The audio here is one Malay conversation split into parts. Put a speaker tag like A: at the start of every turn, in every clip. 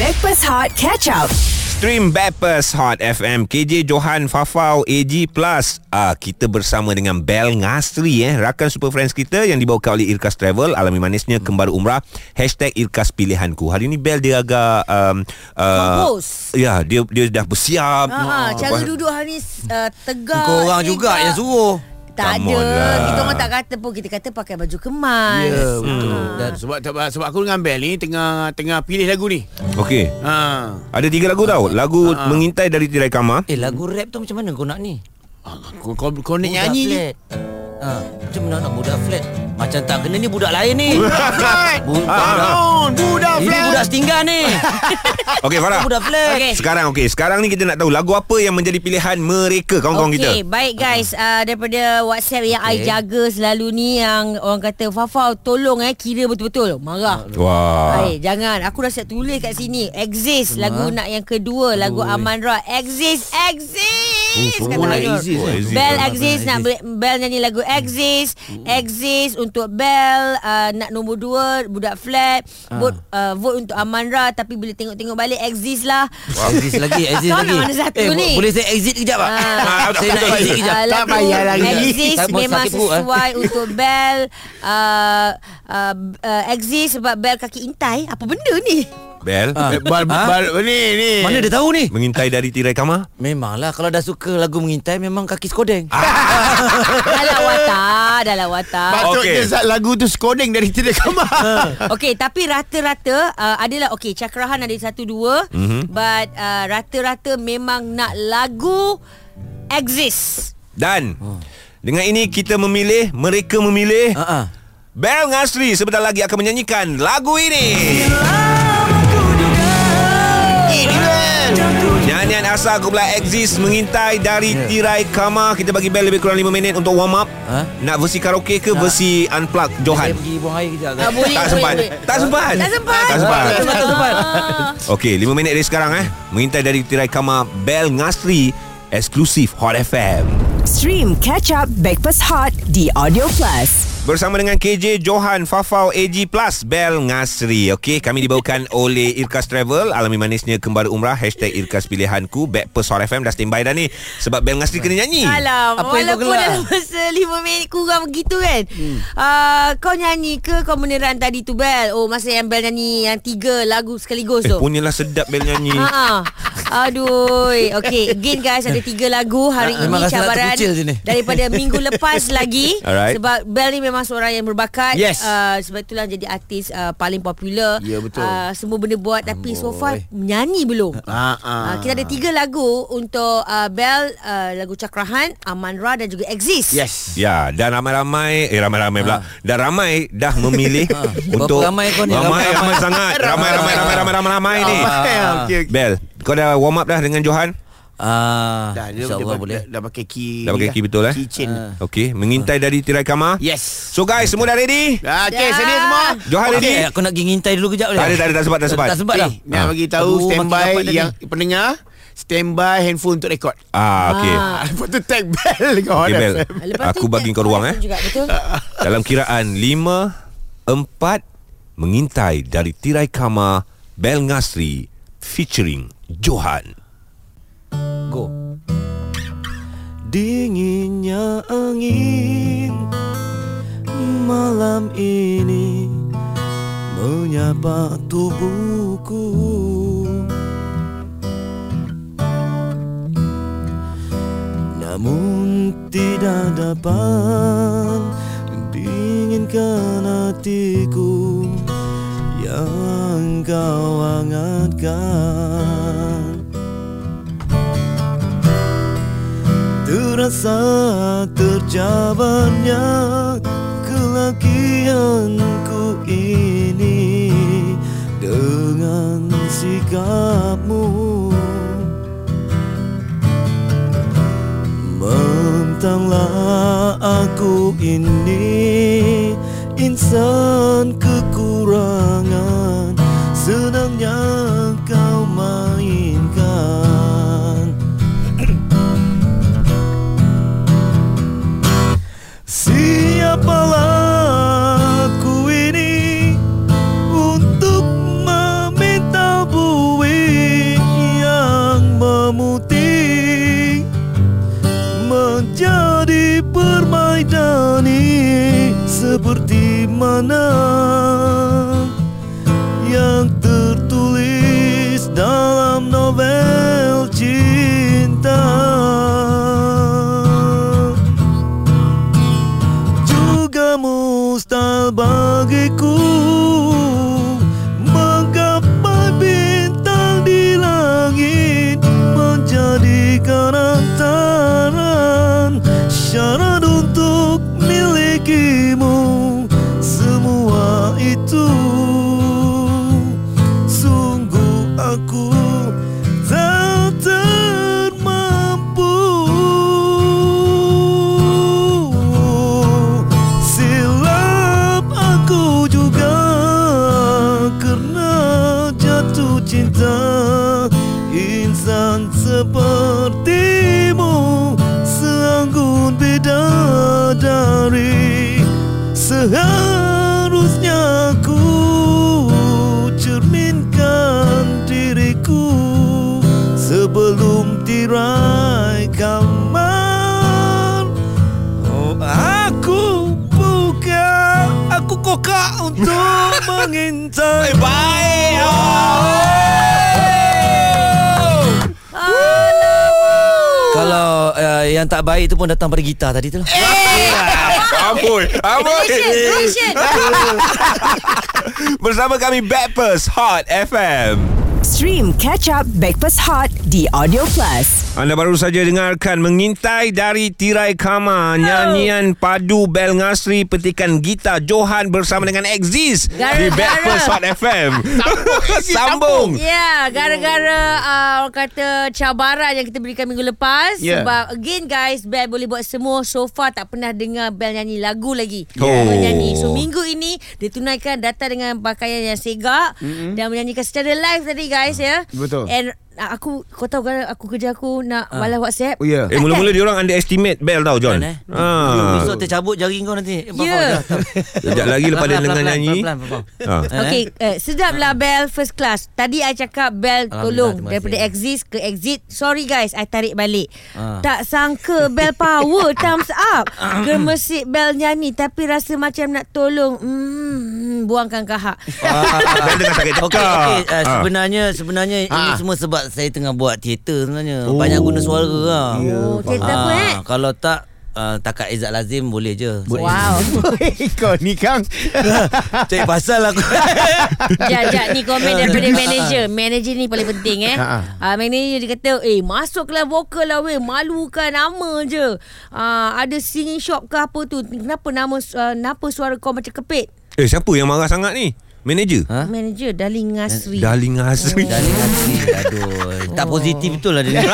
A: Backpass Hot Catch Up.
B: Stream Bappers Hot FM KJ Johan Fafau AG Plus ah, Kita bersama dengan Bel Ngasri eh, Rakan Super Friends kita Yang dibawakan oleh Irkas Travel Alami manisnya Kembar Umrah Hashtag Irkas Pilihanku Hari ni Bel dia agak um, uh,
C: Fokus.
B: Ya dia dia dah bersiap
C: Ha, ha, cara
B: Lepas-
C: duduk hari ni uh, tegak.
D: Kau orang juga
C: tegak.
D: yang suruh.
C: Tak
B: Come
C: ada.
B: on lah.
C: Kita orang tak kata pun. Kita kata pakai baju kemas.
D: Ya, betul.
E: Ah.
D: Dan
E: Sebab sebab, sebab aku dengan Bel ni tengah tengah pilih lagu ni.
B: Okey
E: Ha.
B: Ada tiga lagu tau Lagu
D: Ah,
B: Mengintai dari Tirai Kamar
D: eh lagu rap tu macam mana kau nak ni?
E: Kau kau, kau
D: Budak
E: nak nyanyi ni.
D: flat. Ha, macam mana nak budak flat? Macam tak kena ni budak lain ni. budak.
E: Bangun Ah, budak
D: Ini
E: flat.
D: budak setinggan ni. Ah,
B: Okey Farah
D: budak flat.
C: Okey.
B: Sekarang okey Sekarang ni kita nak tahu Lagu apa yang menjadi pilihan mereka Kawan-kawan kita
C: Okey, baik guys. Uh, daripada WhatsApp yang okay. I
D: Okey.
C: jaga selalu ni yang orang kata Fafau tolong eh kira betul-betul. Marah.
B: Wah
C: Hai, jangan. Aku dah siap tulis kat sini. Exist lagu nak yang kedua, lagu Aman Ra. Exist, exist.
E: Oh,
C: kata
E: nak
C: Ainul.
E: exist, eh?
B: Oh, exist
C: Bell
B: lah.
C: exist nak beli- Bell nyanyi lagu exist, exist untuk Bell uh, nak nombor dua budak flat,
D: Ah.
C: vote uh, vote untuk Aman Ra tapi bila tengok-tengok balik exist lah.
D: Exit lagi, exit
C: Kau nak
D: lagi. Eh,
C: mana satu
D: bo-
C: ni?
D: Boleh saya exit kejap pak?
C: Ah.
D: saya nak exit
C: Ah,
D: kejap.
E: Tak
C: lagu
E: payah lagi.
C: Exist
D: Tak mau
C: memang
D: sakit perut, eh.
C: sesuai untuk Bell uh, uh, uh, Exist sebab Bell kaki intai Apa benda ni?
B: Bel
D: Ah.
E: Eh, Bar,
D: Ha?
E: bar, ni ni.
D: Mana dia tahu ni?
B: Mengintai dari Tirai Kamar
D: Memanglah kalau dah suka lagu mengintai memang kaki sekodeng.
B: Ah.
C: Dalam watak Dalam watak
E: Patutnya
B: Okey.
E: okay. lagu tu skodeng dari tidak kamar.
C: Okey, tapi rata-rata uh, adalah okey, cakrahan ada satu dua, mm-hmm.
B: Mhm.
C: but uh, rata-rata memang nak lagu exist.
B: Dan Dengan ini kita memilih Mereka memilih
D: Ha Oh. ah.
B: Bel Ngasri sebentar lagi akan menyanyikan lagu ini Ini Bel Nyanyian asal kumpulan Exist Mengintai dari
D: Ya.
B: tirai kamar Kita bagi Bel lebih kurang 5 minit untuk warm up
D: Ha?
B: Nak versi karaoke ke versi unplugged Johan?
D: Saya pergi buang air kejap. kan?
C: Ah, boleh,
B: Tak sempat
C: boleh, boleh.
B: Tak sempat
C: Tak sempat. Ah.
B: Tak sempat
D: Tak sempat, tak sempat.
B: Okey 5 minit dari sekarang eh Mengintai dari tirai kamar Bel Ngasri Eksklusif Hot FM
A: Stream Catch Up Backpass Hot di Audio Plus.
B: Bersama dengan KJ Johan Fafau AG Plus Bel Ngasri Okey kami dibawakan oleh Irkas Travel Alami manisnya kembali umrah Hashtag Irkas Pilihanku Backpers Hot FM dah standby dah ni Sebab Bel Ngasri kena nyanyi
C: Alam,
D: Apa yang kau
C: walaupun
D: gelar?
C: dalam masa lima minit kurang begitu kan. Hmm. Uh, kau nyanyi ke kau beneran tadi tu Bel? Oh, masa yang Bel nyanyi yang tiga lagu sekaligus
B: Eh
C: tu.
B: punyalah sedap Bel nyanyi
C: Ha Aduh. Okey, again guys ada tiga lagu hari
D: Ah,
C: ini
D: memang rasa nak
C: cabaran
D: terkucil sini.
C: daripada minggu lepas lagi
B: Alright.
C: sebab Bell ni memang seorang yang berbakat.
E: Yes.
C: Uh, sebab itulah jadi artis uh, paling popular.
E: Ya, betul.
C: Uh, semua benda buat tapi so far nyanyi belum.
B: Ah,
E: Ha
D: Ah,
C: Uh, kita ada tiga lagu untuk uh, Bell, uh, lagu Cakrahan, Amanra dan juga Exist.
E: Yes.
B: Ya dan ramai-ramai Eh ramai-ramai pula Dan ramai dah memilih Untuk
D: Ah. Berapa ramai kau ni?
B: Ramai
D: Ramai-ramai.
B: ramai sangat Ramai-ramai ramai-ramai ramai ni
E: Ah, okey okey.
B: Bel kau dah warm up dah dengan Johan
D: Ah,
E: Dah dia, dia,
D: insya-Allah
E: dia,
D: boleh. Ah.
E: dah, dah pakai key.
B: Dah
E: ni
B: pakai key betul, eh?
E: Keychain.
B: Okey mengintai dari tirai kamar
E: Yes.
B: So guys semua dah ready?
E: Dah Ah, okey
D: Ya.
C: Dah.
E: sedia semua.
B: Johan ready?
D: Okey, aku nak pergi ngintai dulu kejap boleh?
B: Tak ada, tak ada, tak sempat, tak sempat.
D: Tak sempat dah.
E: Eh, nak
B: Ah.
E: bagi tahu
D: Aduh, makin
E: standby
D: rapat dah
E: yang pendengar standby handphone untuk rekod.
B: Ah okey
E: Ah, lepas tu tag bell kau
B: Okey
E: dah.
B: Bel
C: Ah, Lepas tu
B: Aku bagi kau ruang eh
C: Juga, betul?
B: Dalam kiraan 5 4 mengintai dari tirai kamar Bel Ngasri featuring Johan.
D: Go. Dinginnya angin malam ini menyapa tubuhku. Namun tidak dapat dinginkan hatiku yang kau hangatkan. Terasa terjabarnya kelakianku ini Dengan sikapmu Mentanglah aku ini Insan kekurangan Senangnya kau mainkan Siapalah aku ini untuk meminta buih
F: seperti mana yang tertulis dalam novel cinta juga mustal bagiku menggapai bintang di langit menjadi antaran syarat untuk milikimu semua itu sungguh aku tak termampu silap aku juga kerana jatuh cinta insan sepertimu seanggun bidadari seharusnya aku cerminkan diriku sebelum tirai kamar Oh, aku buka Aku kokak untuk mengintai Baik-baik
D: Oh. Kalau uh, yang tak baik tu pun datang pada gitar tadi tu lah.
B: Amboi Amboi
C: Action
B: Bersama kami Backpers Hot FM
A: Stream Catch Up Breakfast Hot di Audio Plus.
B: Anda baru saja dengarkan Mengintai dari Tirai Kamar Nyanyian Padu Bel Ngasri Petikan Gita Johan Bersama dengan Exis Di
C: Gara-gara.
B: Backpers Hot FM Sambung
C: Ya, gara-gara
E: Oh.
C: uh, orang kata cabaran yang kita berikan minggu lepas
E: Ya.
C: sebab again guys, Bel boleh buat semua so far tak pernah dengar Bel nyanyi lagu lagi.
B: Oh.
C: Menyanyi. So minggu ini dia tunaikan datang dengan pakaian yang segak mm-hmm. dan menyanyikan secara live tadi guys ya.
E: Ah, Betul.
C: And uh, aku kau tahu kan aku kerja aku nak uh. walau WhatsApp.
E: Oh, ya.
B: Eh mula-mula diorang underestimate Bel tau John
D: Kan, eh?
B: Ah.
D: Besok tercabut jari kau nanti. Eh,
C: Ya.
D: faham,
B: Sekejap lagi lepas dia dengar
D: Pelan-pelan, pelan-pelan,
B: nyanyi
D: pelan-pelan, pelan-pelan.
B: Ah.
D: Eh?
C: Okay, eh, sedap lah Bel first class. Tadi I cakap Bel tolong
D: terima kasih.
C: daripada exist ke exit. Sorry guys, I tarik balik.
D: Ah.
C: Tak sangka Bel power thumbs up. Gemersik Bel nyanyi tapi rasa macam nak tolong. Hmm, buangkan kahak.
B: Ah. Bel tengah sakit
D: Okey,
B: cakap
D: Ah. okey. Uh,
B: Ah.
D: sebenarnya sebenarnya ini
E: Ah.
D: semua sebab saya tengah buat teater sebenarnya. Oh. Banyak guna suara lah.
B: Ya,
D: Ah,
C: Oh, teater apa, eh?
D: Kalau tak uh, takat Izzat Lazim boleh je.
C: Wow.
E: Kau ni kang
D: Cek pasal aku.
C: Jat, jat ni komen daripada manager. Manager ni paling penting eh.
E: Ha,
C: Uh, manager dia kata, "Eh, masuklah vokal lah weh. Malukan nama je. Uh, ada singing shop ke apa tu. Kenapa nama uh, kenapa suara kau macam kepit?"
B: Eh siapa yang marah sangat ni Manager
D: Ha?
C: Manager Darling Ngasri.
B: Darling Hasri
D: Dari hati. Aduh.
C: Oh.
D: Tak positif betul lah dia ni.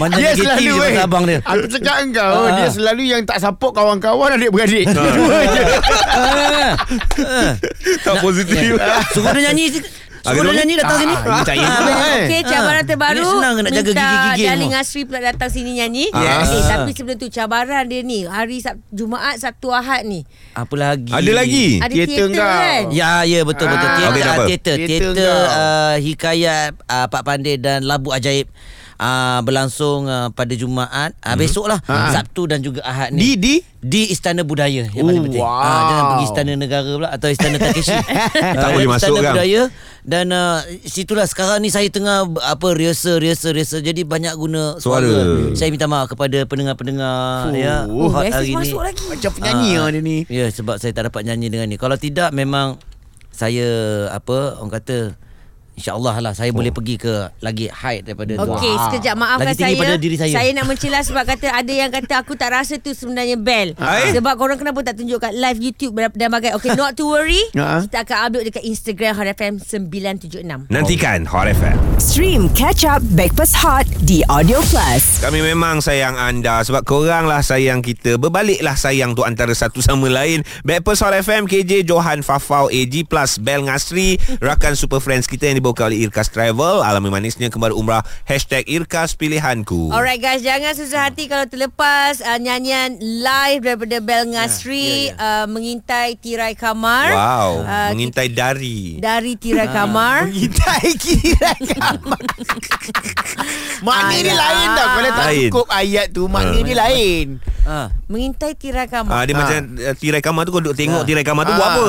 D: Mana
E: Dia
D: negatif
E: selalu
D: je
E: weh
B: eh.
D: pasal abang dia.
E: Aku cakap engkau
D: Ah.
E: Dia selalu yang tak support kawan-kawan Adik-beradik Dua je
D: Ah.
B: Tak positif
D: Ya. Suruh dia nyanyi. Suruh dia
B: Agak
D: nyanyi datang sini.
E: Ah,
B: tak
E: ah, eh.
C: Okey, cabaran terbaru.
D: Ini senang ke nak jaga
C: Minta
D: gigi-gigi Ah.
C: Darling
D: semua?
C: Asri pula datang sini nyanyi.
B: Yes.
C: Eh, tapi sebelum tu cabaran dia ni hari Sab- Jumaat Sabtu Ahad ni.
D: Apa lagi?
B: Ada
D: Eh,
B: lagi
C: Ada
E: Teater
C: teater
E: kau.
C: kan?
D: Ya, ya betul betul.
E: Ah.
D: Teater,
B: Okey, tak apa.
D: okay, teater,
E: Teater
D: teater,
E: kau.
D: uh, hikayat uh, Pak Pandai dan Labu Ajaib uh, berlangsung uh, pada Jumaat, uh, besok lah Sabtu dan juga Ahad ni.
E: Di Di
D: di Istana Budaya yang paling
E: Oh,
D: penting.
E: wow.
D: Ah, jangan pergi Istana Negara pula atau Istana Takeshi. Eh,
B: Tak boleh masuk,
D: Istana
B: Kang.
D: Budaya dan uh, situlah sekarang ni saya tengah apa rehearsal rehearsal rehearsal jadi banyak guna suara.
B: Suara.
D: Saya minta maaf kepada pendengar-pendengar
E: Fuh.
D: ya.
E: Oh,
D: hot
C: Message
D: hari ni.
C: masuk lagi.
E: Macam penyanyi
D: Ah.
E: lah dia ni
D: Ya sebab saya tak dapat nyanyi dengan ni. Kalau tidak memang saya apa orang kata insyaallah lah saya oh. boleh pergi ke lagi height daripada tu.
C: Okey, sekejap maafkan
D: Lagi tinggi
C: saya.
D: pada diri saya.
C: Saya nak mencelah sebab kata ada yang kata aku tak rasa tu sebenarnya bel.
D: Ah,
B: Hai.
D: eh.
C: Sebab korang kenapa tak tunjuk kat live YouTube ber- dan bagai. Okey, not to worry.
D: Ah.
E: Ha.
C: Kita akan upload dekat Instagram Hot FM 976.
B: Nantikan Hot FM
A: Stream Catch Up Breakfast Hot di Audio Plus.
B: Kami memang sayang anda Sebab korang lah sayang kita Berbaliklah sayang tu Antara satu sama lain Backpers Hot FM KJ Johan Fafau AG Plus Bel Ngasri Rakan Super Friends kita Yang dibawa oleh Irkas Travel Alami manisnya Kembar Umrah Hashtag Irkas Pilihanku
C: Alright guys, jangan susah hati kalau terlepas uh, nyanyian live daripada Bel
D: Ya,
C: Ngasri yeah, yeah, yeah. Uh, mengintai tirai kamar.
B: Wow
C: Ah,
B: Mengintai dari
C: Dari tirai
D: Ah.
C: kamar.
E: Mengintai kira kan, Makna dia
C: Alah.
E: lain tau Kalau tak
B: Lain.
E: cukup ayat tu Makna dia lain
D: Ha.
C: Mengintai tirai
B: Ah,
C: kamar.
B: dia ha. macam ah, tirai kamar tu kau duduk
C: Ah.
B: tengok tirai kamar tu buat apa?
C: Oh,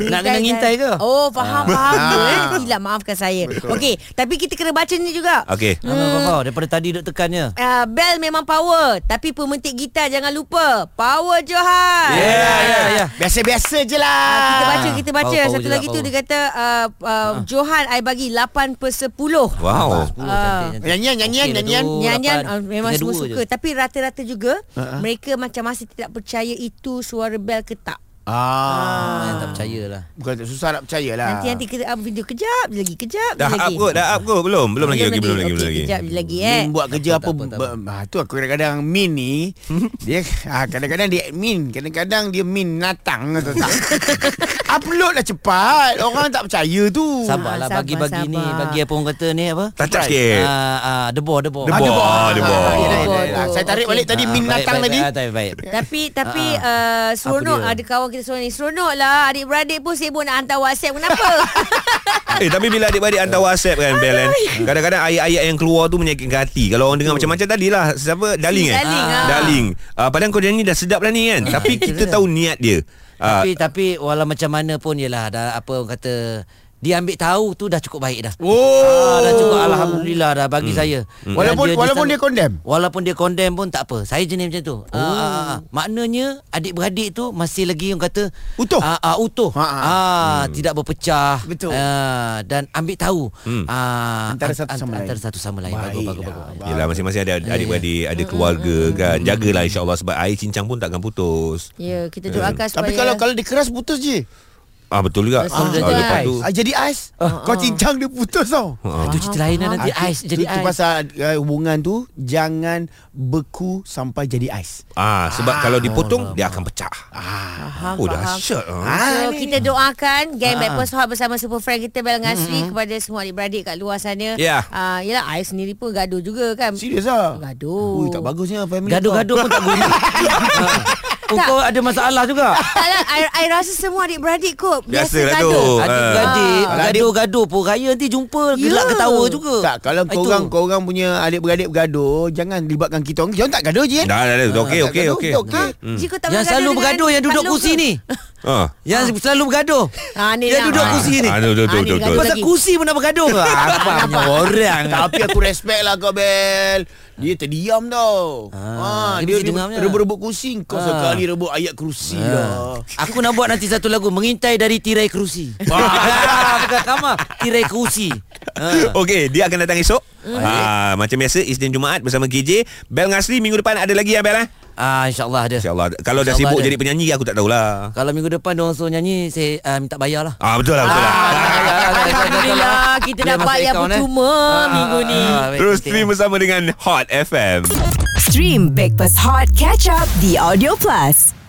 C: mengintai
D: Nak kena
C: kan?
D: ngintai ke?
C: Oh faham faham
E: Ah.
C: tu eh Gila maafkan saya Okey Tapi kita kena baca ni juga
B: Okey.
D: Hmm. Abang, daripada tadi duk tekannya.
C: Uh, bell memang power Tapi pemetik gitar jangan lupa Power Johan
D: Ya, ya, ya.
E: Biasa-biasa je lah
C: Ah, Kita baca, kita baca
D: Power, power
C: Satu
D: juga,
C: lagi tu
D: power. Ah.
C: dia kata uh, uh, Johan, I bagi 8 per 10
B: Wow.
E: Nyanyian, nyanyian, nyanyian.
C: Ah. Nyanyian uh, memang semua suka Tapi rata-rata juga uh-huh. Mereka macam masih tidak percaya Itu suara bel ke tak
E: Ah,
D: Ah, tak percaya lah.
E: Bukan tak susah nak percaya lah
C: Nanti-nanti kita up video Kejap je lagi Kejap je
B: Ah. Dah up
C: lagi
B: kot, dah up kot. Belum, belum lagi. Okey, belum lagi,
C: Okey,
B: belum lagi.
C: Kejap je lagi eh
E: Min buat kerja
D: Tak apa,
E: apa,
D: tak apa, tak
E: apa, tu aku kadang-kadang Min ni dia ah, kadang-kadang dia admin kadang-kadang dia Min natang tak, tak. upload lah cepat orang tak percaya tu
D: Sabarlah
C: Ah, sabar,
D: bagi-bagi ni,
C: sabar.
D: bagi apa orang kata ni apa?
B: Touch up sikit.
D: Ah, ah, debor, debor.
B: Debor.
E: ball,
B: Ah, the ball.
E: Ah, yelah, yelah, yelah.
C: Betul.
E: saya tarik balik tadi
D: Ah,
E: Min
D: baik,
E: natang
D: baik,
E: tadi
D: Baik, baik, baik.
C: Tapi tapi uh, seronok
D: Ah, Apa dia?
C: ada kawan kita seronok ni. Seronok lah adik-beradik pun sibuk nak hantar WhatsApp kenapa?
B: Eh tapi bila adik-beradik hantar WhatsApp kan Bel kan Kadang-kadang ayat-ayat yang keluar tu menyakitkan hati Kalau orang dengar macam-macam tadi lah Siapa? Darling eh
C: Hmm. Darling, ah.
B: Darling uh, Padahal kau nyanyi dah sedap dah ni kan Tapi kita tahu niat dia Ah,
D: Tapi tapi walau macam mana pun yalah dah apa orang kata dia ambil tahu tu dah cukup baik dah.
E: Oh.
D: Ah, dah cukup alhamdulillah dah bagi saya. Dan
E: Walaupun- walaupun dia
D: selalu-
E: condemn?
D: Walaupun dia condemn pun tak apa. Saya jenis macam tu. Ah, ah, ah. maknanya adik-beradik tu masih lagi orang kata
E: Utuh.
D: Ah, ah, utuh.
E: Ha,
D: Ah,
E: ha.
D: tidak berpecah.
E: Betul.
D: Ah, dan ambil tahu. Ah,
E: Antara
D: an-
E: satu sama
D: an-
E: lain.
D: Antara satu sama lain. Bagus bagus bagus.
E: Baiklah,
B: Yelah masing-masing ada adik-beradik
C: Hmm.
B: Ada keluarga kan Jagalah insyaAllah Sebab air cincang pun takkan putus
C: ya, kita doakan supaya
E: tapi kalau kalau dia keras putus je
B: Ah Betul juga
C: Betul juga.
B: Lepas tu
E: ah, jadi ais kau cincang dia putus tau
D: Ah, Itu cerita lain dah nanti ais jadi
E: tu, tu
D: ais.
E: pasal uh, hubungan tu jangan beku sampai jadi ais
B: ah, Sebab kalau dipotong Dia akan pecah ah, Oh dahsyat
C: So,
B: ah.
C: kita doakan Gang Backpast Hot bersama Super Friend kita Bel Ngasri kepada semua adik-beradik kat luar sana.
B: Ya.
C: Ah, yelah, I sendiri pun gaduh juga kan.
E: serius ah
C: Gaduh.
E: Ui, tak bagusnya family
D: Gaduh-gaduh pun tak guna. Ah. Kau ada masalah juga.
C: Tak lah, I, I rasa semua adik-beradik kot. Biasa,
B: Biasalah tu.
C: gaduh.
D: Adik-beradik
E: Ah.
D: Gaduh-gaduh pun Raya nanti jumpa Gelak
C: Ya.
D: ketawa juga
E: Tak kalau
D: Itu.
E: korang korang punya adik-beradik bergaduh, jangan libatkan kita orang. Jangan tak gaduh je.
B: Dah dah eh. Ah, dah Okey
E: tak
B: okey
E: gaduh,
B: okey
E: kita okey.
C: Hmm. Jika tak
D: Yang selalu bergaduh Yang duduk kursi ni
B: Ah.
D: Yang selalu bergaduh
C: Ha, ni
D: Yang
C: lah.
D: duduk
C: Ah.
D: kursi ni
B: Ah, tu, tu, tu,
C: Ah, ni
B: tu, tu.
C: gaduh
D: Pasal
C: lagi.
D: kursi pun nak bergaduh ke Abangnya orang
E: Tapi aku respect lah kau Bel Dia terdiam tau
D: Ah,
E: ah,
D: dia
E: Dia,
D: mesti
E: dia
D: dengarnya.
E: rebut-rebut kursi Kau
D: Ah.
E: sekali rebut ayat kursi lah
D: Ya. Aku nak buat nanti satu lagu Mengintai dari tirai kerusi Ah, Bukan kamar Tirai kerusi Ah.
B: Okey, dia akan datang esok. Ha, macam biasa Isnin Jumaat bersama KJ. Bel Ngasri minggu depan ada lagi ya Bel eh?
D: Ah, InsyaAllah ada
B: InsyaAllah. Kalau dah
D: InsyaAllah
B: sibuk
D: ada.
B: jadi penyanyi aku tak tahulah.
D: Kalau minggu depan Diorang suruh nyanyi Saya ah, minta bayar lah
B: Ah betul lah betul lah.
C: Alhamdulillah, kita
D: Dia
C: dapat
D: masuk
C: yang
D: akaun, eh.
C: percuma
D: Ah,
C: minggu
D: ah,
C: ni.
D: ah, ah,
B: Terus
D: penting.
B: stream bersama dengan Hot FM.
A: Stream Breakfast Hot Catch Up The Audio Plus.